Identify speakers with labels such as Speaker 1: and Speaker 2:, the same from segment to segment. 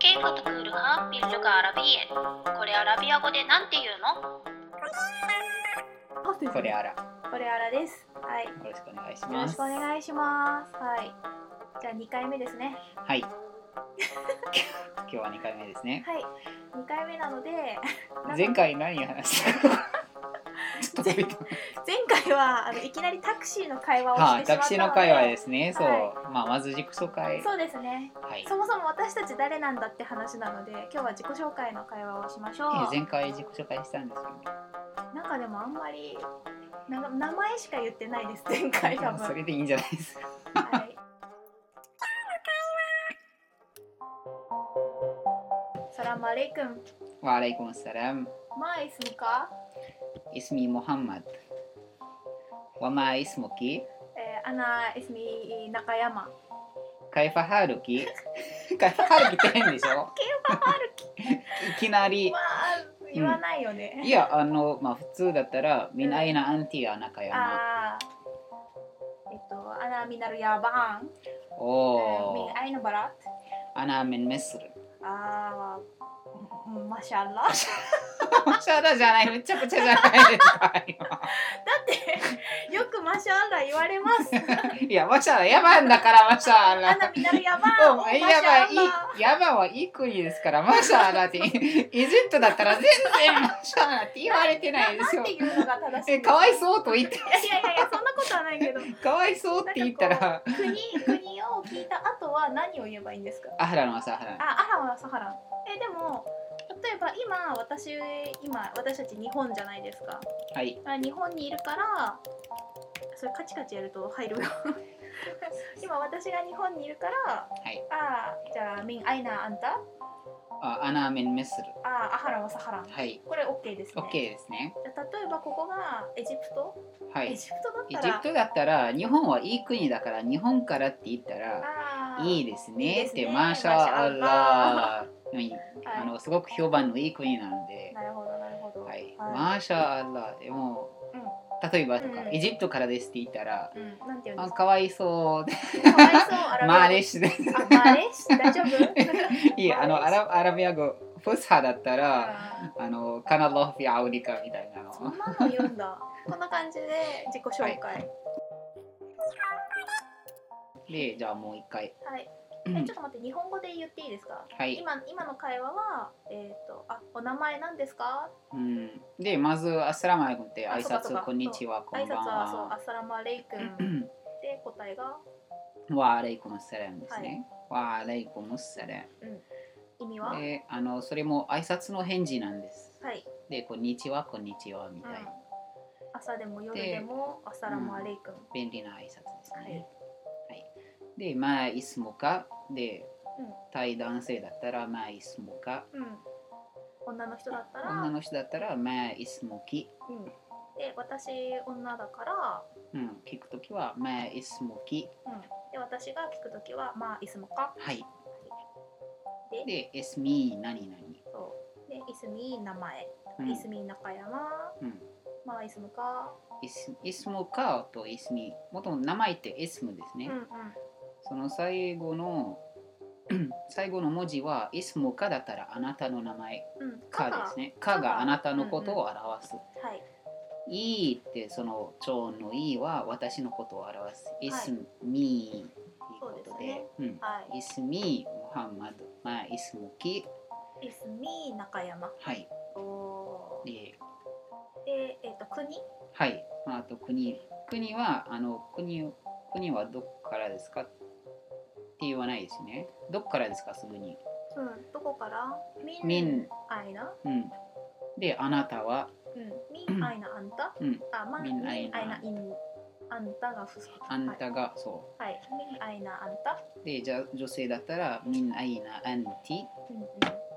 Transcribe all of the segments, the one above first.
Speaker 1: كيف تقولها باللغة العربية؟ これアラビア語でなんて言うの
Speaker 2: これあら、
Speaker 3: これあらです。はい。よ
Speaker 2: よろしくお願いし
Speaker 3: ろ
Speaker 2: ま
Speaker 3: しく
Speaker 2: す。
Speaker 3: お願いします。はい。じゃあ2回目ですね。
Speaker 2: はい。今日は2回目ですね。
Speaker 3: はい。2回目なので、 なんか
Speaker 2: 前回何話したかちょっと覚えてない
Speaker 3: 前回はあのいきなりタクシーの会話を
Speaker 2: は
Speaker 3: して
Speaker 2: い、
Speaker 3: し
Speaker 2: タ
Speaker 3: ま
Speaker 2: ク
Speaker 3: ったので、
Speaker 2: シーの会話ですね。そう、
Speaker 3: は
Speaker 2: まあまず自己紹介。
Speaker 3: そうですね。
Speaker 2: はい。
Speaker 3: そもそも私たち誰なんだって話なので、今日は自己紹介の会話をしましょう。
Speaker 2: え前回自己紹介したんですよね。
Speaker 3: なんかでもあんまりなんか名前しか言ってないです。前回多
Speaker 2: もうそ
Speaker 3: 分。
Speaker 2: れでいいんじゃないですか。
Speaker 3: はい。サラマレイ君、
Speaker 2: わアライコンサラム。
Speaker 3: マイスムか？
Speaker 2: اسمي محمد وما اسمك؟
Speaker 3: えー、アナ・エスミ・中山。
Speaker 2: كيف حالك؟ كيف حالك って変でしょ いきなり
Speaker 3: まあ、言わないよね。
Speaker 2: いやあのまあ普通だったらみないなアンティア中山
Speaker 3: ああ。えっと、アナ・ミナル・ヤバーン。
Speaker 2: お
Speaker 3: ミ
Speaker 2: ー
Speaker 3: ン・アイノ・バラッ。
Speaker 2: أنا من مصر
Speaker 3: ああ、マシャラ。だ
Speaker 2: シャラじゃないめちゃくちゃじゃないですか
Speaker 3: って、よくマシャラ言われます。
Speaker 2: 今いやマシャラやばいんだからマシャ
Speaker 3: ア
Speaker 2: ラ
Speaker 3: ナ・ミナル・ヤバーン。
Speaker 2: も
Speaker 3: マ
Speaker 2: う
Speaker 3: シャ
Speaker 2: やばい
Speaker 3: ラ。
Speaker 2: いやばはいい国ですからマシャラってイジプトだったら全然マシャラって言われてないで
Speaker 3: な
Speaker 2: す
Speaker 3: ん
Speaker 2: よ
Speaker 3: ていうのが正しい
Speaker 2: えかわい
Speaker 3: い
Speaker 2: そうと言って
Speaker 3: やいやいやいや、そんなことはないけど、
Speaker 2: かわいそうって言ったら
Speaker 3: 国、国を聞いた後は何を言えばいいんですか
Speaker 2: アハラの朝ハラ
Speaker 3: あ、アランはサハラン。え、でも、例えば今、私、今、私たち日本じゃないですか。
Speaker 2: はい
Speaker 3: あ日本にいるから、それカチカチやると入るよ。今、私が日本にいるから、
Speaker 2: はい
Speaker 3: あーじゃあ、ミン、アイナ、あんた、
Speaker 2: あアナメンメスル
Speaker 3: あーアハランはサハラン。
Speaker 2: はい
Speaker 3: これ OK ですね。
Speaker 2: OK ですね
Speaker 3: じゃあ例えばここがエジプト、
Speaker 2: は
Speaker 3: エ
Speaker 2: い
Speaker 3: ジプトだっ
Speaker 2: エ
Speaker 3: た
Speaker 2: ジ
Speaker 3: ら、
Speaker 2: プトだったら日本はいい国だから日本からって言ったら
Speaker 3: あー
Speaker 2: いいです
Speaker 3: いい
Speaker 2: ね
Speaker 3: で
Speaker 2: っ
Speaker 3: すね
Speaker 2: てマーシャアラー
Speaker 3: はい
Speaker 2: あのすごく評判のいい国なので、
Speaker 3: なるほど、なるほど。
Speaker 2: はい、マーシャアラーでも
Speaker 3: うん
Speaker 2: 例えばとか
Speaker 3: うん
Speaker 2: エジプトからですって言ったら
Speaker 3: うん、なんて言うんで
Speaker 2: あ
Speaker 3: すか。
Speaker 2: かわいそうで
Speaker 3: かわいそう、アラビア語
Speaker 2: マーレシで
Speaker 3: あ、マレーシ大丈夫
Speaker 2: いやあのアラアラビア語フスハだったらあのカナロフィアオリカみたいなの
Speaker 3: そんなの言うんだ。 こんな感じで自己紹介。はい。
Speaker 2: でじゃあもう一回
Speaker 3: えちょっと待って、日本語で言っていいですか。
Speaker 2: はい、
Speaker 3: 今今の会話はえっ、とあお名前なんですか。
Speaker 2: うん、でまず「アッサラマイクン」って挨
Speaker 3: あそうかそう
Speaker 2: 拶
Speaker 3: か
Speaker 2: こんにちはこ
Speaker 3: 挨
Speaker 2: ん
Speaker 3: 拶
Speaker 2: ばん
Speaker 3: はそう
Speaker 2: は
Speaker 3: アッサラムアレイクンで答えが
Speaker 2: わあれいこむっさらんですね、わあれいこむっさら
Speaker 3: 意味は。
Speaker 2: んであのそれも挨拶の返事なんです
Speaker 3: はい。
Speaker 2: で「こんにちはこんにちは」み
Speaker 3: う
Speaker 2: たい
Speaker 3: ん
Speaker 2: な、。
Speaker 3: 朝でも夜でもアッサラムアレイクン。
Speaker 2: 便利な挨拶ですね、は
Speaker 3: はいい
Speaker 2: で「まあいつもか」で、
Speaker 3: うん
Speaker 2: 対男性だったら「まあいつもか
Speaker 3: うん。女の人だっ」たら。
Speaker 2: 女の人だったら「まあいつもき」
Speaker 3: うん。で私女だから。
Speaker 2: うん、聞くときは「まあいつもき」
Speaker 3: うん。で私が聞くときはまあいつもか。
Speaker 2: はい
Speaker 3: で
Speaker 2: で「エスミー何々」
Speaker 3: そう。で、いすみ、名前。
Speaker 2: うん
Speaker 3: いすみ、中山。
Speaker 2: うん
Speaker 3: まあ、いすむか。
Speaker 2: イスイスムカとイスミもともと名前ってイスムです
Speaker 3: う
Speaker 2: ね、
Speaker 3: んうん。
Speaker 2: その最後の 最後の文字はイスムカだったらあなたの名前
Speaker 3: うん。
Speaker 2: カ
Speaker 3: か
Speaker 2: です。ねカ
Speaker 3: カ
Speaker 2: が
Speaker 3: が
Speaker 2: あなたのことを表す、
Speaker 3: はい。
Speaker 2: イーってその長音のイーは私のことを表すイスミーっていうことで,、うん
Speaker 3: は
Speaker 2: イスミーモハンマドまあイスムキ
Speaker 3: い。いすみ、中山。
Speaker 2: はい
Speaker 3: おー
Speaker 2: で
Speaker 3: で、えっ、と、国。
Speaker 2: はい、まあ、あと国国はあの国国はどこからですかって言わないですねどこからですかすぐに
Speaker 3: うん。どこから。み
Speaker 2: みん、
Speaker 3: あいな。
Speaker 2: うん、であなたは
Speaker 3: うん。みん、あいな、あん た。
Speaker 2: うん。
Speaker 3: あ、まあ、
Speaker 2: み
Speaker 3: み
Speaker 2: ん
Speaker 3: ん、あい
Speaker 2: あいな
Speaker 3: な、いん。あんたがふす。
Speaker 2: あんたが、そ
Speaker 3: はい。はい。みん、あいな、あんた。
Speaker 2: うでじゃ女性だったらみんなイなアンティって
Speaker 3: うんうん。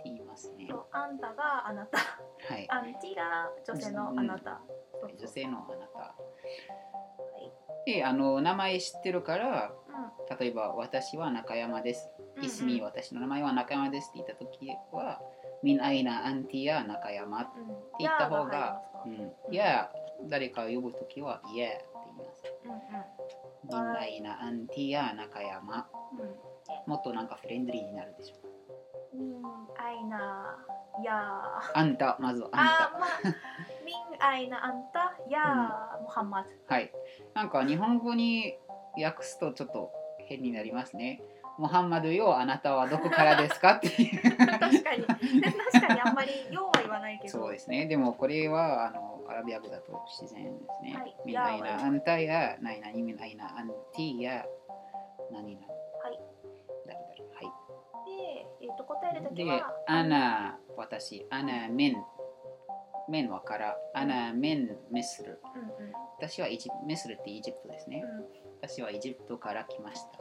Speaker 2: 言いますね
Speaker 3: そうあんたがあなた。
Speaker 2: はい
Speaker 3: あんちが女性のあなた。そう
Speaker 2: 女
Speaker 3: そう
Speaker 2: 性のあなたであの名前知ってるから例えば私は中山です、
Speaker 3: うん。
Speaker 2: イスミ私の名前は中山ですって言った時はみんなイなアンティや中山
Speaker 3: うん。うん。って
Speaker 2: 言った方が
Speaker 3: うん
Speaker 2: うん、いや、誰かを呼ぶときは、いやって言います。
Speaker 3: うん。
Speaker 2: みんないいな、アンティや中
Speaker 3: う
Speaker 2: 山。
Speaker 3: ん
Speaker 2: もっとなんかフレンドリーになるでしょ。
Speaker 3: ね民愛なやあ
Speaker 2: あんた、まずはあん
Speaker 3: あ
Speaker 2: た。
Speaker 3: ーまあ民愛なあんたや、モハンマド
Speaker 2: はい。なんか日本語に訳すとちょっと変になりますね。モハンマドよ、あなたはどこからですかって いう。
Speaker 3: 確かに確かにあんまりようは言わないけど
Speaker 2: そうですね。でもこれはあのアラビア語だと自然ですね。
Speaker 3: はい
Speaker 2: みんない
Speaker 3: や
Speaker 2: なあんたや、ないなにみんないなあんてぃや、何々。
Speaker 3: はい。
Speaker 2: だるだる。はい。
Speaker 3: で、えー、と答えるとき
Speaker 2: で
Speaker 3: は、
Speaker 2: アナ、私、アナ、メン。メンはから、アナ、メン、メスル。
Speaker 3: うんうん
Speaker 2: 私はエジメスルってエジプトですね。
Speaker 3: うん、
Speaker 2: 私はエジプトから来ました。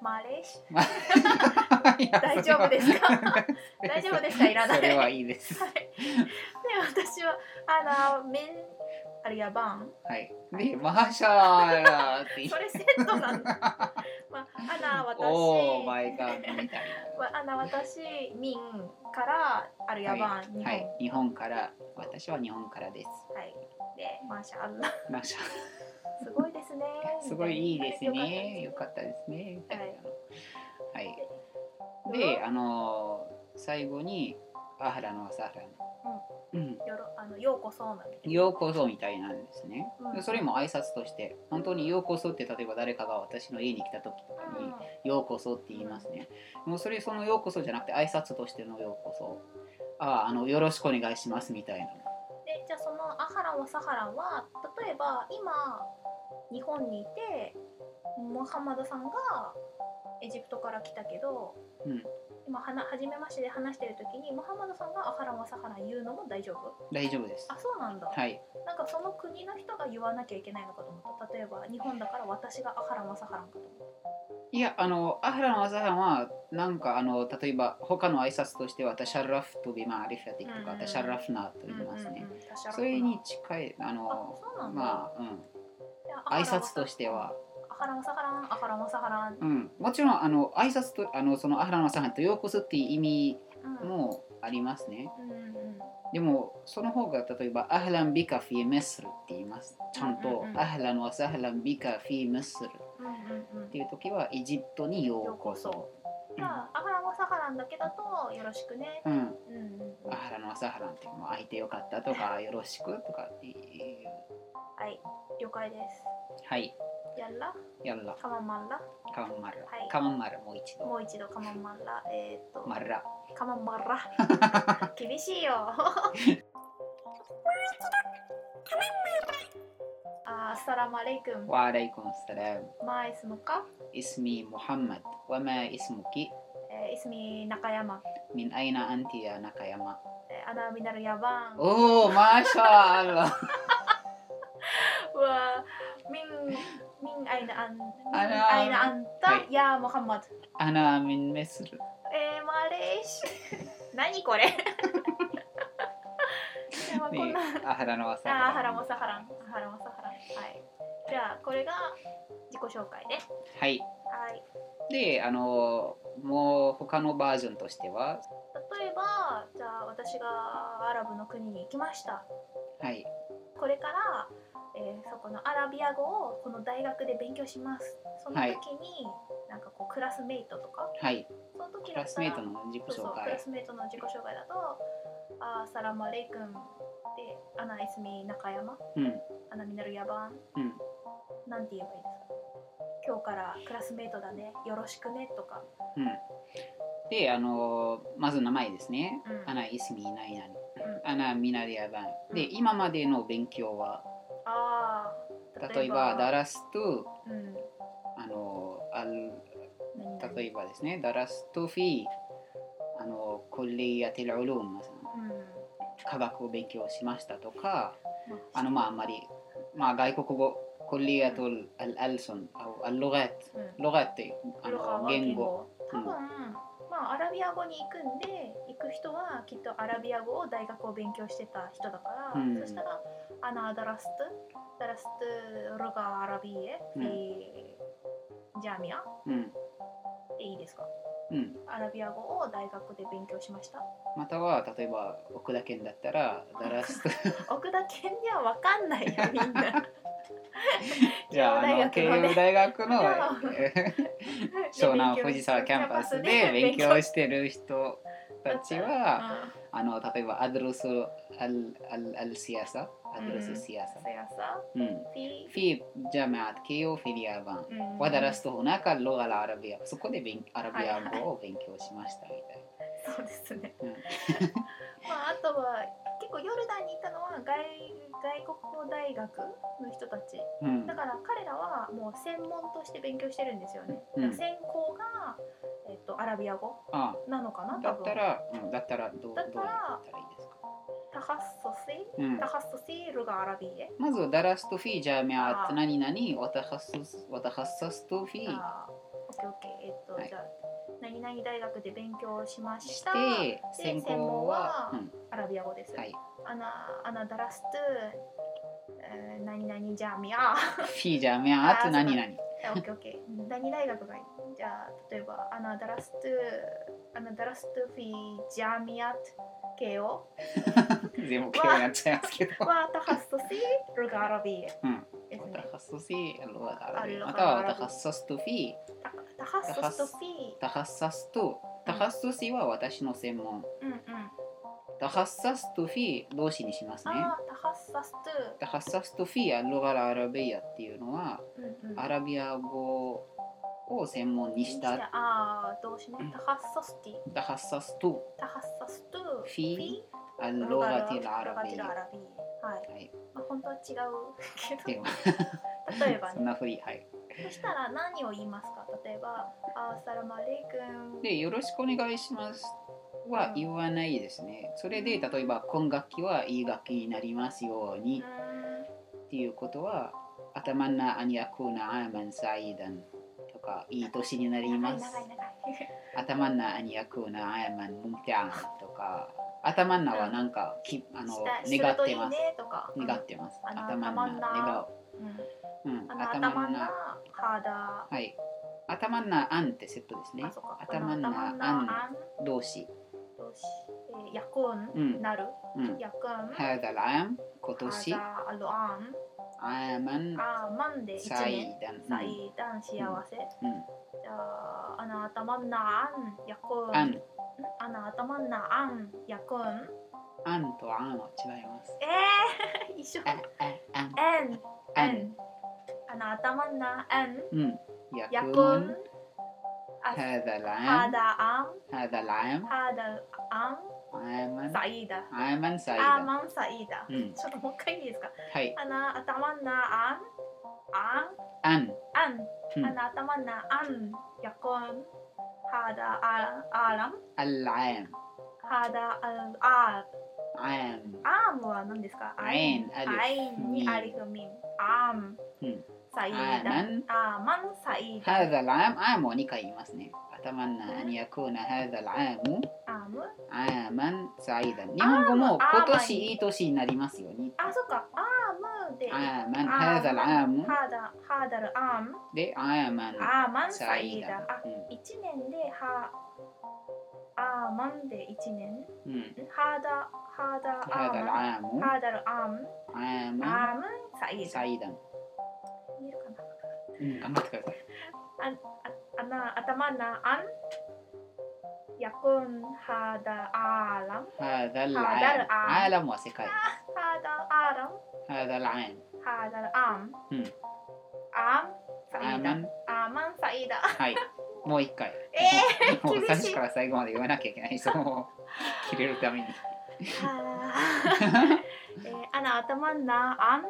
Speaker 3: マレーシ
Speaker 2: まあいや
Speaker 3: 大丈夫です か
Speaker 2: それは
Speaker 3: 大丈夫ですか いらない
Speaker 2: それはいいです。
Speaker 3: ア。はい。で、私は、あら、メン、あれ、やばん。
Speaker 2: はい。で、マーシャーラーって言っ
Speaker 3: そ
Speaker 2: て。
Speaker 3: れセットなんだ。 まあ、アナ、私。
Speaker 2: おー、マイガーみたい
Speaker 3: わアナ、私、ミンから、あるや
Speaker 2: な。
Speaker 3: ばん、日本。
Speaker 2: は
Speaker 3: はい
Speaker 2: い。日本から、私は日本からです。
Speaker 3: で、マーシャアンラ。
Speaker 2: マーシャ
Speaker 3: すごいですね。
Speaker 2: ー。すごいいいですね。よ
Speaker 3: よ
Speaker 2: か
Speaker 3: か
Speaker 2: っ
Speaker 3: った
Speaker 2: ですね。みたいな。はい。
Speaker 3: たです。
Speaker 2: で、あのー最後に、アハラのアサハラの。うん。
Speaker 3: よろ、あの、ようこそなんで。
Speaker 2: ようこそみたいなんですね。
Speaker 3: うん
Speaker 2: それも挨拶として、本当にようこそって例えば誰かが私の家に来た時とか
Speaker 3: う
Speaker 2: に
Speaker 3: ん、
Speaker 2: ようこそって言いますね。もうそれそのようこそじゃなくて挨拶としてのようこそ。ああ、あのよろしくお願いしますみたいな。
Speaker 3: でじゃあそのアハランワサハランは例えば今日本にいてモハマドさんがエジプトから来たけど
Speaker 2: うん、
Speaker 3: 今はな初めましてで話してる時にモハマドさんがアハランワサハラン言うのも大丈夫
Speaker 2: 大丈夫です
Speaker 3: あ。そうなんだ、
Speaker 2: はい。
Speaker 3: なんかその国の人が言わなきゃいけないのかと思った例えば日本だから私がアハランワサハランかと思っ
Speaker 2: いや、あの、アハラン・ワザハンは、なんか、あの、例えば、他の挨拶としては、タシャラフとビマアリフラティと
Speaker 3: うんう
Speaker 2: か、
Speaker 3: ん
Speaker 2: タシャラフナと
Speaker 3: た
Speaker 2: 言いますね
Speaker 3: うん。うんうん確か
Speaker 2: それに近い、あ
Speaker 3: あ
Speaker 2: の、
Speaker 3: そうなんだ、
Speaker 2: まあ、うん、
Speaker 3: じゃあ
Speaker 2: 挨拶としては、
Speaker 3: アハランワサハランアハランワサハラン
Speaker 2: うん、もちろん、あの、挨拶と、あの、その、アハラン・ワザハンとようこそっていう意味
Speaker 3: うん
Speaker 2: もありますね。
Speaker 3: うんうん
Speaker 2: でもその方が例えば「アハランビカフィメスル」って言います。ちゃん
Speaker 3: うん
Speaker 2: と
Speaker 3: うんう
Speaker 2: 「
Speaker 3: ん
Speaker 2: アハランワサハランビカフィメスル」っ
Speaker 3: うんうんうん
Speaker 2: ていう時はエジプトにようこそ。
Speaker 3: じゃあ、アハランはサハランだけだとよろしくね。
Speaker 2: うん、
Speaker 3: うんうんうん。
Speaker 2: アハランワサハランっていうのは「相手よかった」とか「よろしく」とかっていう。
Speaker 3: はい、了解です。
Speaker 2: はい、
Speaker 3: やっら、
Speaker 2: やら、
Speaker 3: カマンマンラ、
Speaker 2: カマンマラ
Speaker 3: はい。
Speaker 2: カマンマラもう一
Speaker 3: も
Speaker 2: 度。
Speaker 3: う一度カマンマンラ、えーっと、
Speaker 2: マラ。
Speaker 3: カマンマン ラ。厳しいよ。あー、アッサラマレイクン、
Speaker 2: ワアレイコンサラム。
Speaker 3: マイスムか、
Speaker 2: イスミ・モハンマド。ワマイスムキ。
Speaker 3: えー、イスミ中山、
Speaker 2: ミンアイナ・アンティア・ナカヤマ。
Speaker 3: えー、アナミナルヤバン。うわ
Speaker 2: おー、マーシャアラ。
Speaker 3: ー、ミン、ミンアイナアン、ミン
Speaker 2: アナ
Speaker 3: アイナアン
Speaker 2: は
Speaker 3: タ、
Speaker 2: い
Speaker 3: ヤーモハンマド。
Speaker 2: アナ・ミン・メスル。
Speaker 3: えー、マレーシア何これでもこん
Speaker 2: ね
Speaker 3: な、
Speaker 2: アハラのワサハラン。
Speaker 3: あーハラモサハランハラモサハランはいじゃあこれが自己紹介で
Speaker 2: はい。
Speaker 3: はい
Speaker 2: で、あの、もう他のバージョンとしては、
Speaker 3: 例えばじゃあ私がアラブの国に行きました
Speaker 2: はい、
Speaker 3: これから、えーそこのアラビア語をこの大学で勉強しますその時に、なんかこうクラスメイトとか
Speaker 2: はい、
Speaker 3: その時
Speaker 2: ク
Speaker 3: だ
Speaker 2: ラ
Speaker 3: っ
Speaker 2: ス
Speaker 3: た
Speaker 2: メ
Speaker 3: ら
Speaker 2: イトの自己
Speaker 3: そうそう
Speaker 2: 紹
Speaker 3: クラ
Speaker 2: 介。
Speaker 3: スメイトの自己紹介だと「あーサラマレイ君」で「アナイスミ中山」
Speaker 2: うん、
Speaker 3: 「アナミナルヤバン
Speaker 2: うん。」
Speaker 3: なんて言えばいいですか今日からクラスメイトだねよろしくねとか、
Speaker 2: うん。で、あの、まず名前ですね。
Speaker 3: うん
Speaker 2: アナ・イスミ・ナイナリ。
Speaker 3: うん
Speaker 2: アナ・ミナリアバン。で、
Speaker 3: うん
Speaker 2: 今までの勉強は、
Speaker 3: あー
Speaker 2: 例えば、ダラスと、
Speaker 3: うん、
Speaker 2: あの、アル
Speaker 3: 何々
Speaker 2: 例えばですね、ダラスとフィー、あの、コリアテル・オルー
Speaker 3: う
Speaker 2: ム、
Speaker 3: ん
Speaker 2: 科学を勉強しましたとか、あ
Speaker 3: の、
Speaker 2: のまああんまり、まあ、外国語、コリアとアルアルソン、アルロガット、
Speaker 3: うん
Speaker 2: ロガットってあ
Speaker 3: ロハ
Speaker 2: の
Speaker 3: は
Speaker 2: 言語。
Speaker 3: 多分、まあアラビア語に行くんで行く人はきっとアラビア語を大学を勉強してた人だから、
Speaker 2: うん
Speaker 3: そしたらアナダラストダラストロガアラビエ、
Speaker 2: うん
Speaker 3: えージャミア
Speaker 2: うん
Speaker 3: でいいですか
Speaker 2: うん、
Speaker 3: アラビア語を大学で勉強しました
Speaker 2: または例えば奥田県だったらダラスと
Speaker 3: 奥田県には分かんないよみん な
Speaker 2: じゃああの
Speaker 3: 慶
Speaker 2: 慶
Speaker 3: 応
Speaker 2: 応大学の
Speaker 3: いや
Speaker 2: えー湘南藤沢キャンパスで勉強してる人たちは、あの例えばアドルス・アル・アル・アルシアサアドルス・シアサ、
Speaker 3: さやさ
Speaker 2: うん
Speaker 3: フィ
Speaker 2: في جامعة كيو في اليابان
Speaker 3: うん
Speaker 2: ودرست هناك اللغة العربية そこで勉アラビア
Speaker 3: はいはい
Speaker 2: 語を勉強しましたみたい
Speaker 3: そうですね
Speaker 2: うん
Speaker 3: まああとは結構ヨルダンに行ったのは外外国語大学の人たち
Speaker 2: な、うん
Speaker 3: だから彼らはもう専門として勉強してるんですよね、
Speaker 2: うん
Speaker 3: だから専攻が、えっと、アラビア語
Speaker 2: あ
Speaker 3: なのかな
Speaker 2: だ
Speaker 3: 多
Speaker 2: っ
Speaker 3: 分
Speaker 2: たら、うん、だったらどう
Speaker 3: だったら
Speaker 2: どうやったらいいですか、
Speaker 3: タハッソスイ
Speaker 2: うん
Speaker 3: タ、ハッソスイルがアラビエ
Speaker 2: まずダラストフィージャーミア
Speaker 3: あ
Speaker 2: ー
Speaker 3: ー
Speaker 2: 何々わたはすわたはさすとフィー
Speaker 3: あーオッケーオッケーえっと、
Speaker 2: はい
Speaker 3: じゃあ何々大学で勉強しまし
Speaker 2: したて
Speaker 3: で
Speaker 2: 専攻は、
Speaker 3: 専アラビア語です、
Speaker 2: うん、はい
Speaker 3: アナアナダラストゥ、えー、何々ジャミア
Speaker 2: フィージャーミアーと何々
Speaker 3: いやオッケーオッケー。何大学がいいじゃあ、例えば、アナダラストゥ、アナダラストゥフィジャミアット系を、
Speaker 2: 全部嫌いになっちゃいますけど
Speaker 3: ワータハストシー、ルガアラビエ
Speaker 2: うん
Speaker 3: ですね。
Speaker 2: وتخصصي اللغة العربية
Speaker 3: اللغة
Speaker 2: أو
Speaker 3: العربية.
Speaker 2: تخصصت في
Speaker 3: タタハストストフィ
Speaker 2: تخصصت تخصصي は私の専門
Speaker 3: うんうん。
Speaker 2: تخصصت في 動詞にしますね
Speaker 3: あー、タハスサスト
Speaker 2: تخصصت في اللغة العربية っていうのは
Speaker 3: ゥ、うんうん。
Speaker 2: アラビア語を専門にし
Speaker 3: したたあー、動詞ね。タハスサスティ、
Speaker 2: تخصصت
Speaker 3: タハスサストゥ、
Speaker 2: フィاللغة
Speaker 3: ガティ
Speaker 2: العربية
Speaker 3: ラア
Speaker 2: は
Speaker 3: ラビエ。はい。
Speaker 2: い
Speaker 3: まあ、本当は違うけ
Speaker 2: で
Speaker 3: ど、
Speaker 2: は
Speaker 3: 例えば
Speaker 2: そ
Speaker 3: ね
Speaker 2: ん。なふりはい
Speaker 3: そしたら何を言いますか例えば「アーサラマレイ君」
Speaker 2: でよろしくお願いしますは言わないですねそれで例えば今学期はいい学期になりますように、
Speaker 3: うーん
Speaker 2: っていうことは、アタマンナアニアクーナアーマンサイダンとか、いい年になります。
Speaker 3: 長い長い長い
Speaker 2: アタマンナアニアクーナアーマンムンテアンとか、アタマンナはなんか、きあの
Speaker 3: したす
Speaker 2: 願
Speaker 3: る
Speaker 2: っ
Speaker 3: と
Speaker 2: て
Speaker 3: いい
Speaker 2: ます。
Speaker 3: ねとか
Speaker 2: 願ってます。
Speaker 3: あ
Speaker 2: ア
Speaker 3: の
Speaker 2: タマンナ、
Speaker 3: アタマンナ
Speaker 2: 願
Speaker 3: うん
Speaker 2: う。うん、
Speaker 3: あ
Speaker 2: ア
Speaker 3: の
Speaker 2: タマ
Speaker 3: 頭
Speaker 2: ン
Speaker 3: ん
Speaker 2: ナ。
Speaker 3: な肌
Speaker 2: はい。アタマンナアンってセットですね
Speaker 3: あそっか。
Speaker 2: アタマン
Speaker 3: 頭
Speaker 2: ナ
Speaker 3: んな
Speaker 2: アン
Speaker 3: あん
Speaker 2: 動詞。
Speaker 3: どうしえーやこん
Speaker 2: うん
Speaker 3: なる
Speaker 2: うん。
Speaker 3: やくん
Speaker 2: ハダラアン、今年、ア
Speaker 3: 肌あのあん
Speaker 2: ーマン
Speaker 3: あーまんで一
Speaker 2: サ
Speaker 3: 年
Speaker 2: イダン。
Speaker 3: 最段幸せ
Speaker 2: うんうん
Speaker 3: じゃああの頭んなあんやこん
Speaker 2: アン、
Speaker 3: あの頭んなあんやくん
Speaker 2: アンとアンは違います。
Speaker 3: えー 一緒
Speaker 2: ああん
Speaker 3: えん
Speaker 2: あ
Speaker 3: N. أنا أتمنى أن
Speaker 2: うん。やくん
Speaker 3: يكون أس-
Speaker 2: هذا العام
Speaker 3: هذا عام
Speaker 2: هذا العام
Speaker 3: هذا عام
Speaker 2: عاما
Speaker 3: سعيدا
Speaker 2: عاما سعيدا
Speaker 3: عاما سعيدا
Speaker 2: うん。
Speaker 3: ちょっともう一回いいですか
Speaker 2: はい。
Speaker 3: أنا أتمنى أن أن
Speaker 2: あん。
Speaker 3: أن
Speaker 2: うん
Speaker 3: أنا أتمنى أن يكون هذا عالم
Speaker 2: العام
Speaker 3: هذا العام
Speaker 2: عام
Speaker 3: アームは何ですか
Speaker 2: アインアリフ
Speaker 3: アイン
Speaker 2: ミ
Speaker 3: に
Speaker 2: ン
Speaker 3: アリフミン。アーム
Speaker 2: うん。
Speaker 3: サイ
Speaker 2: アーマ
Speaker 3: ダ
Speaker 2: ン。
Speaker 3: アーマンサイダ。
Speaker 2: هذا العام عام ونكاي يمسني أتمنى أن يكون هذا العام
Speaker 3: アーム
Speaker 2: عاما سعيدا 日本語も
Speaker 3: あー
Speaker 2: 今年いい年になりますように
Speaker 3: あ、そっか。アームで。
Speaker 2: عاما
Speaker 3: ア
Speaker 2: هذا
Speaker 3: ーム
Speaker 2: العام
Speaker 3: ハーダ、ハーダルアーム。
Speaker 2: で عاما
Speaker 3: アーマンサイダ
Speaker 2: سعيدا
Speaker 3: あ、一年でハアーマンで一年。
Speaker 2: うんうん
Speaker 3: ハーダ、ハーダアー
Speaker 2: هذا
Speaker 3: マン。
Speaker 2: العام
Speaker 3: ハーダルアーム。
Speaker 2: عاما
Speaker 3: アームサイダ。
Speaker 2: سعيدا
Speaker 3: 見えるかな
Speaker 2: うん頑張ってください
Speaker 3: あな、頭なあん。やこん、ハーダアーラン。هذا
Speaker 2: هذا العام
Speaker 3: العام.
Speaker 2: عالم وسكاي
Speaker 3: ハーダアーラン。
Speaker 2: هذا العام
Speaker 3: هذا العام
Speaker 2: مم.
Speaker 3: عام سعيدة
Speaker 2: عاما
Speaker 3: عاما سعيدة
Speaker 2: はいもう一回
Speaker 3: えー
Speaker 2: もう
Speaker 3: 厳しい
Speaker 2: 最初から最後まで言わなきゃいけないその切れるために
Speaker 3: إيه، أنا أتمنى أن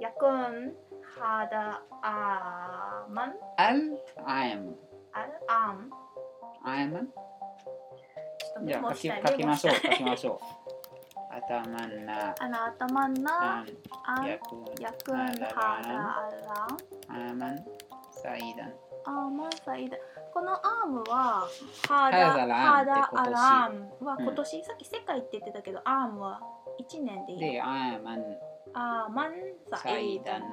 Speaker 3: يكون هذا عاما
Speaker 2: アルアイム
Speaker 3: العام
Speaker 2: アイムじゃあ書き
Speaker 3: مش
Speaker 2: 書き
Speaker 3: تعبير مش تعبير.
Speaker 2: ましょう書きましょう頭んな
Speaker 3: أنا أتمنى
Speaker 2: あん
Speaker 3: أن
Speaker 2: やく
Speaker 3: يكون
Speaker 2: ん
Speaker 3: هذا
Speaker 2: هذا العام
Speaker 3: العام
Speaker 2: あまんさいだん
Speaker 3: عاما سعيدة このアームはハー
Speaker 2: هذا
Speaker 3: ダ
Speaker 2: العام
Speaker 3: ハーダ
Speaker 2: って今
Speaker 3: ア
Speaker 2: 年
Speaker 3: ラームは
Speaker 2: うん
Speaker 3: 今年、さっき世界って言ってたけどアームは1年でいい
Speaker 2: であまん
Speaker 3: あーマンサ
Speaker 2: さ
Speaker 3: イ
Speaker 2: いだ
Speaker 3: ダ
Speaker 2: ん
Speaker 3: ン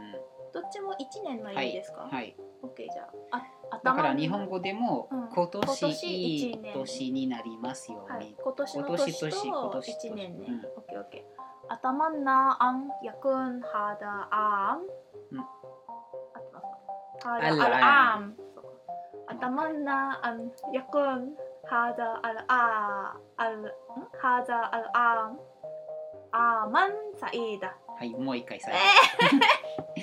Speaker 3: どっちも一年の意
Speaker 2: は
Speaker 3: 味
Speaker 2: い
Speaker 3: ですか、
Speaker 2: はい
Speaker 3: オッケーじゃああ
Speaker 2: だ
Speaker 3: 頭
Speaker 2: から日本語でも
Speaker 3: うん
Speaker 2: 今年
Speaker 3: 今年
Speaker 2: いい
Speaker 3: 一年
Speaker 2: 年になりますよう
Speaker 3: は
Speaker 2: に
Speaker 3: い、今年の
Speaker 2: 今年
Speaker 3: 年
Speaker 2: とし今
Speaker 3: と
Speaker 2: 年とし
Speaker 3: 一年ね、
Speaker 2: うん
Speaker 3: オッケーオッケー頭んなあんやくんはだあん、
Speaker 2: うん
Speaker 3: あってますかはだ
Speaker 2: あら
Speaker 3: あらあん
Speaker 2: あん
Speaker 3: 頭んなあんやくん هذا الآ ال هذا الآن آمن سعيدة
Speaker 2: はい、もう一回最後。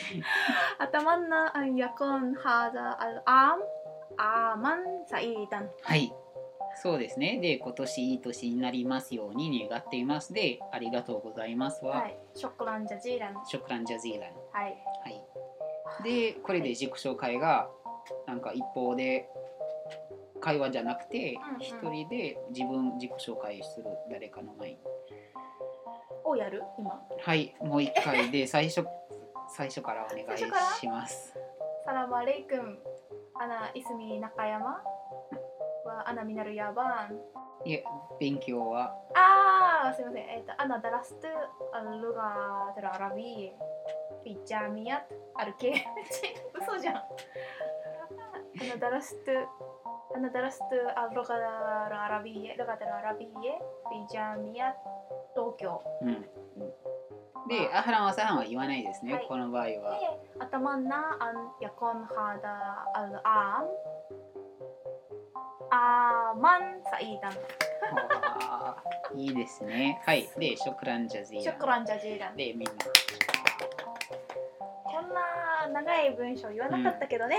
Speaker 3: أتمنى أن يكون هذا العام عاما سعيدا
Speaker 2: はい。そうですね。で、今年いい年になりますように願っています。で、ありがとうございますは、
Speaker 3: はい、شكرا جزيلا
Speaker 2: ショクランジャズイラン。
Speaker 3: はい
Speaker 2: はい。で、これで自己紹介が、なんか一方で、会話じゃなくて
Speaker 3: うんうん、
Speaker 2: 一人で自分自己紹介する誰かの前に。
Speaker 3: をやる今
Speaker 2: はい、もう一回 で、最初、最初からお願
Speaker 3: 最初から
Speaker 2: いします。
Speaker 3: サラマレイ君アナイスミ中山はアナミナルヤバン
Speaker 2: いえ、勉強は、
Speaker 3: あーすいませんえっ、とアナダラストアルガテラアラビーピッチャーミヤアル ケ嘘じゃんアナダラストアナダラストアルガテラアラビールガテラアラビーピッチャーミヤ東京
Speaker 2: うん。で、アハランアサハンは言わないですね、
Speaker 3: はい
Speaker 2: この場合は。
Speaker 3: で頭なあんやこんはだあるあんあーまんさいだん
Speaker 2: あー いいですね。はい。で、ショクランジャズイ
Speaker 3: ショクランジャジーラン
Speaker 2: で、みんな。
Speaker 3: こんな長い文章言わなかったけどね、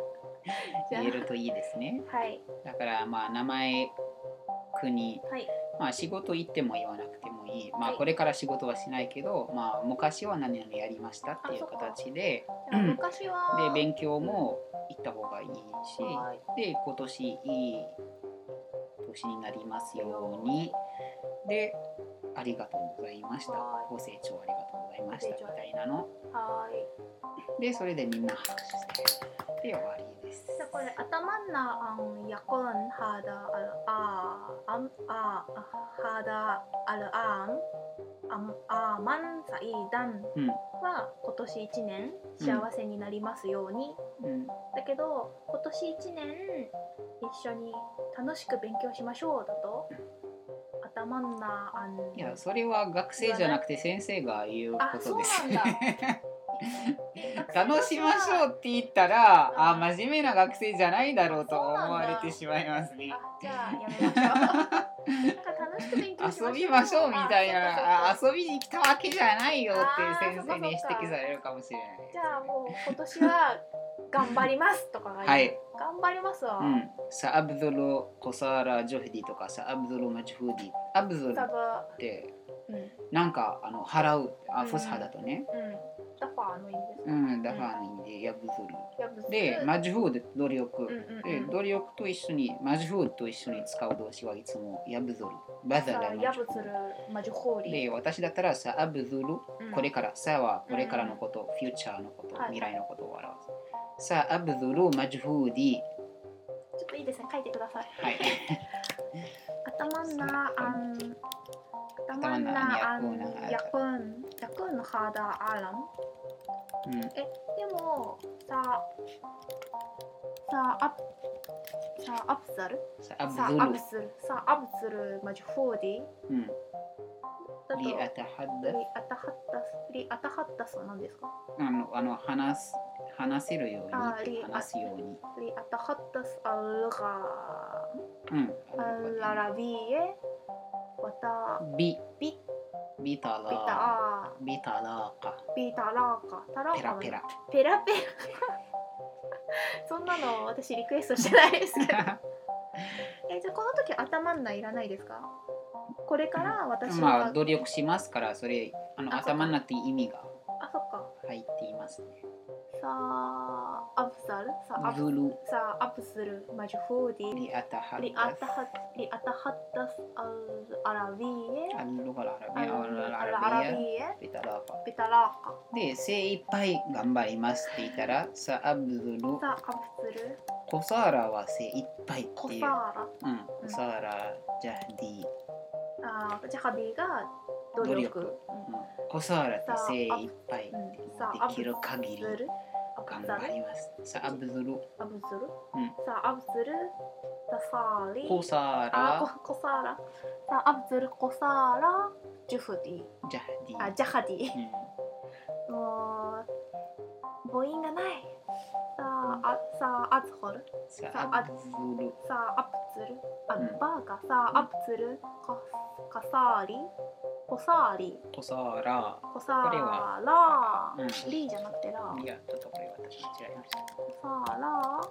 Speaker 2: 言えるといいですね。
Speaker 3: はい
Speaker 2: だから、まあ、名前、国、
Speaker 3: はい
Speaker 2: まあ、仕事行っても言わなくてもいい。まあ、
Speaker 3: はい
Speaker 2: これから仕事はしないけど、まあ、昔は何々やりましたっていう形で、
Speaker 3: でも昔は、
Speaker 2: で、勉強も行った方がいいし、
Speaker 3: はい
Speaker 2: で、今年いい年になりますように、で、ありがとうございました
Speaker 3: はい。
Speaker 2: ご清聴ありがとうございました。
Speaker 3: ご清聴
Speaker 2: みたいなの。
Speaker 3: はーい
Speaker 2: でそれでみんな拍手してで終わりです。
Speaker 3: じゃあこれ頭なあんやこんはだあるああんああはだあるあんあんあまんさいだん
Speaker 2: うん
Speaker 3: は今年一年幸せになりますように、
Speaker 2: うん
Speaker 3: だけど今年一年一緒に楽しく勉強しましょうだと頭んなあん
Speaker 2: いやそれは学生じゃなくて先生が言うこ
Speaker 3: あそ
Speaker 2: と
Speaker 3: う
Speaker 2: で
Speaker 3: な
Speaker 2: す
Speaker 3: ん。だ
Speaker 2: 楽しましょうって言ったらあ真面目な学生じゃないだろうと思われてしまいますね。
Speaker 3: あじゃあやめましょうなんか楽しく勉強しましょう
Speaker 2: 遊びましょうみたいな
Speaker 3: あ
Speaker 2: あ遊びに来たわけじゃないよっていう
Speaker 3: あー
Speaker 2: 先生に指
Speaker 3: そっかそっか
Speaker 2: 摘されるかもしれないです
Speaker 3: じゃあもう今年は頑張りますとかがいい、
Speaker 2: はい
Speaker 3: 頑張りますわ、
Speaker 2: うん、サアブドル・コサーラ・ジョフディとかサアブドル・マチフーディアブドルっ
Speaker 3: 多分
Speaker 2: て
Speaker 3: うんうん
Speaker 2: なんかあの払うあ
Speaker 3: うん
Speaker 2: フォスハだとね、
Speaker 3: ダファーの意味です
Speaker 2: う
Speaker 3: ね、
Speaker 2: ん、だからの意味でヤブズル
Speaker 3: やぶす
Speaker 2: でマジフーで努力、
Speaker 3: うんうんうん
Speaker 2: で努力と一緒にマジフーと一緒に使う動詞はいつもヤブズルバザ
Speaker 3: さ
Speaker 2: ラ
Speaker 3: あ
Speaker 2: の
Speaker 3: やぶするマジホーリー、
Speaker 2: で私だったらさアブズル
Speaker 3: うん
Speaker 2: これからさはこれからのこと、フューチャーのこと、
Speaker 3: はい
Speaker 2: 未来のことを表すさアブズルマジフーディ
Speaker 3: ちょっといいですね書いてください
Speaker 2: はい
Speaker 3: 頭んなあん頭んなあんやくんやくんはだあらん
Speaker 2: うん
Speaker 3: えでもささあさあアプサル
Speaker 2: さアブ
Speaker 3: さ
Speaker 2: ズ
Speaker 3: あアプスルさあアプスルマジホーディ
Speaker 2: ルうん
Speaker 3: だと
Speaker 2: リアタハッ
Speaker 3: フリ
Speaker 2: ダ
Speaker 3: アタハッタスフリアタハッタスは何ですか
Speaker 2: あのあの話す話せるよ
Speaker 3: あ
Speaker 2: う
Speaker 3: リ
Speaker 2: に
Speaker 3: ア
Speaker 2: 話すように
Speaker 3: フリアタハッタスアルガ
Speaker 2: うん
Speaker 3: アラビエわた
Speaker 2: ビ
Speaker 3: ビ
Speaker 2: ビタラ
Speaker 3: ビタ
Speaker 2: ビタラーカ
Speaker 3: ビタラーカタラー
Speaker 2: ペ
Speaker 3: カ
Speaker 2: ラ
Speaker 3: は
Speaker 2: ペラ
Speaker 3: ペラペラそんなの私リクエストしてないですけどえじゃあこの時頭んないらないですかこれから私は、
Speaker 2: まあ努力しますからそれあの
Speaker 3: あ
Speaker 2: 頭になって意味が
Speaker 3: あそっか
Speaker 2: 入っていますね
Speaker 3: さあアプサルさあア
Speaker 2: ズ
Speaker 3: プ
Speaker 2: ル
Speaker 3: さあアプするマジフーディ
Speaker 2: リアタハ
Speaker 3: リアタハッリアタハッタスアルアラビ
Speaker 2: ア
Speaker 3: エ
Speaker 2: ルロガラ
Speaker 3: ア
Speaker 2: ビア
Speaker 3: ルア
Speaker 2: ラ
Speaker 3: ラ
Speaker 2: ラビ
Speaker 3: ビエ
Speaker 2: アビタラーカ
Speaker 3: ビタラーカ
Speaker 2: で精一杯頑張りますって言ったらさアブズル
Speaker 3: さあアプする
Speaker 2: コサーラは精一杯っ
Speaker 3: コサ
Speaker 2: て
Speaker 3: ー
Speaker 2: いう
Speaker 3: ラ
Speaker 2: うんコサーラジャディ
Speaker 3: あージャハビーが努力
Speaker 2: 努力うんコサーラって精一杯
Speaker 3: うんうんさあア
Speaker 2: で
Speaker 3: プす
Speaker 2: き
Speaker 3: る
Speaker 2: る限り
Speaker 3: アプ
Speaker 2: 頑
Speaker 3: サ
Speaker 2: 張
Speaker 3: ル
Speaker 2: りますさアブズル
Speaker 3: アブズル、
Speaker 2: うん
Speaker 3: さあアブズルダサーリ
Speaker 2: コサー
Speaker 3: あ
Speaker 2: ラ
Speaker 3: ココサーラさあアブズルコサーラジュフディ
Speaker 2: ジャディ
Speaker 3: あジャハディ
Speaker 2: うん
Speaker 3: もう母音がないさああさあアツホル
Speaker 2: さ
Speaker 3: さ
Speaker 2: あ、アブル。
Speaker 3: さあアップツルあ
Speaker 2: うん
Speaker 3: バーがさあアップツルかかさーりこさーり
Speaker 2: おさら。
Speaker 3: こさ
Speaker 2: これ
Speaker 3: ーら
Speaker 2: うん
Speaker 3: ーリーじゃなくてら
Speaker 2: いや、ちょっとこれ私間違えました。
Speaker 3: こさーらーこ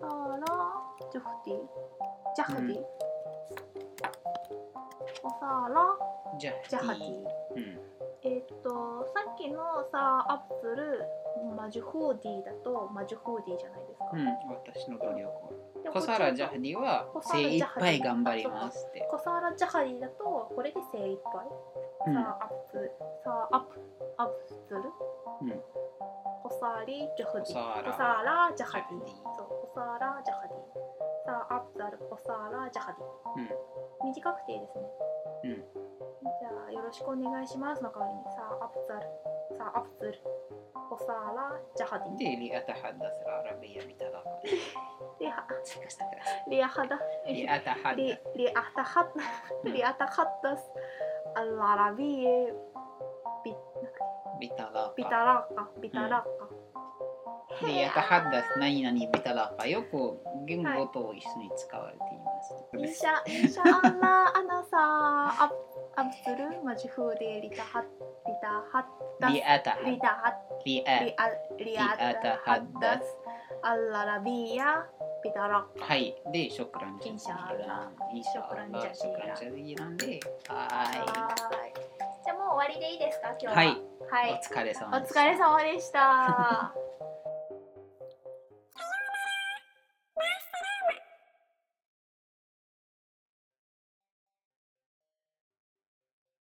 Speaker 3: さーらージョフティジャハティ
Speaker 2: う
Speaker 3: こさーら
Speaker 2: じゃあ、
Speaker 3: ジャハテ
Speaker 2: いい
Speaker 3: ィ
Speaker 2: うん。
Speaker 3: えーっとさっきのさアップツルマジュフーディだとマジュフーディじゃないですか、
Speaker 2: うん、私の努力を。
Speaker 3: でも
Speaker 2: コサラジャハディは
Speaker 3: コサラ
Speaker 2: 精
Speaker 3: ジ
Speaker 2: 一
Speaker 3: ャハディ
Speaker 2: 杯頑張りますって。
Speaker 3: コサーラジャハリだとこれで精一杯
Speaker 2: うん、
Speaker 3: さあアップさあアップアップする、
Speaker 2: うん
Speaker 3: コサーリジャハディ
Speaker 2: コサーラ
Speaker 3: コサーラジャハディ
Speaker 2: ジャハディ
Speaker 3: そうコサーラジャハディさあアップザルコサーラジャハディ、短くていいですね
Speaker 2: うん
Speaker 3: じゃあよろしくお願いしますの代わりにさあアップザルさあアップツルコサーラジャハディ
Speaker 2: で、リアタハダスラアラビアミタ ラ。
Speaker 3: リハ
Speaker 2: 追加したから。
Speaker 3: リアハダ
Speaker 2: リアタハダ
Speaker 3: リリアタハッリアタハッダスアララビエビ
Speaker 2: ビタラ
Speaker 3: ビタ
Speaker 2: カ。
Speaker 3: ラッカビタラッカ、
Speaker 2: リアタハダス何々ビタラカ。よく言語と一緒に使われています。
Speaker 3: インシャインシャアンラアナサーアブアブスルマジフーデリタハッリタハッダス
Speaker 2: リアタハ
Speaker 3: リタハッ
Speaker 2: リ
Speaker 3: リ
Speaker 2: ア。
Speaker 3: アリアタハッダスアララビアビタラッカ
Speaker 2: はい。で、ショクランジャ
Speaker 3: インシャアラ
Speaker 2: インシャアラシ
Speaker 3: シ
Speaker 2: ョ
Speaker 3: ョク
Speaker 2: クラ
Speaker 3: ラン
Speaker 2: ンジ
Speaker 3: ジ
Speaker 2: ャディなんで、は
Speaker 3: はいじゃあもう終わりでいいですか今日
Speaker 2: ーい。
Speaker 3: は
Speaker 2: は
Speaker 3: は
Speaker 2: い。
Speaker 3: い
Speaker 2: お疲れ様
Speaker 3: お疲れ様でした。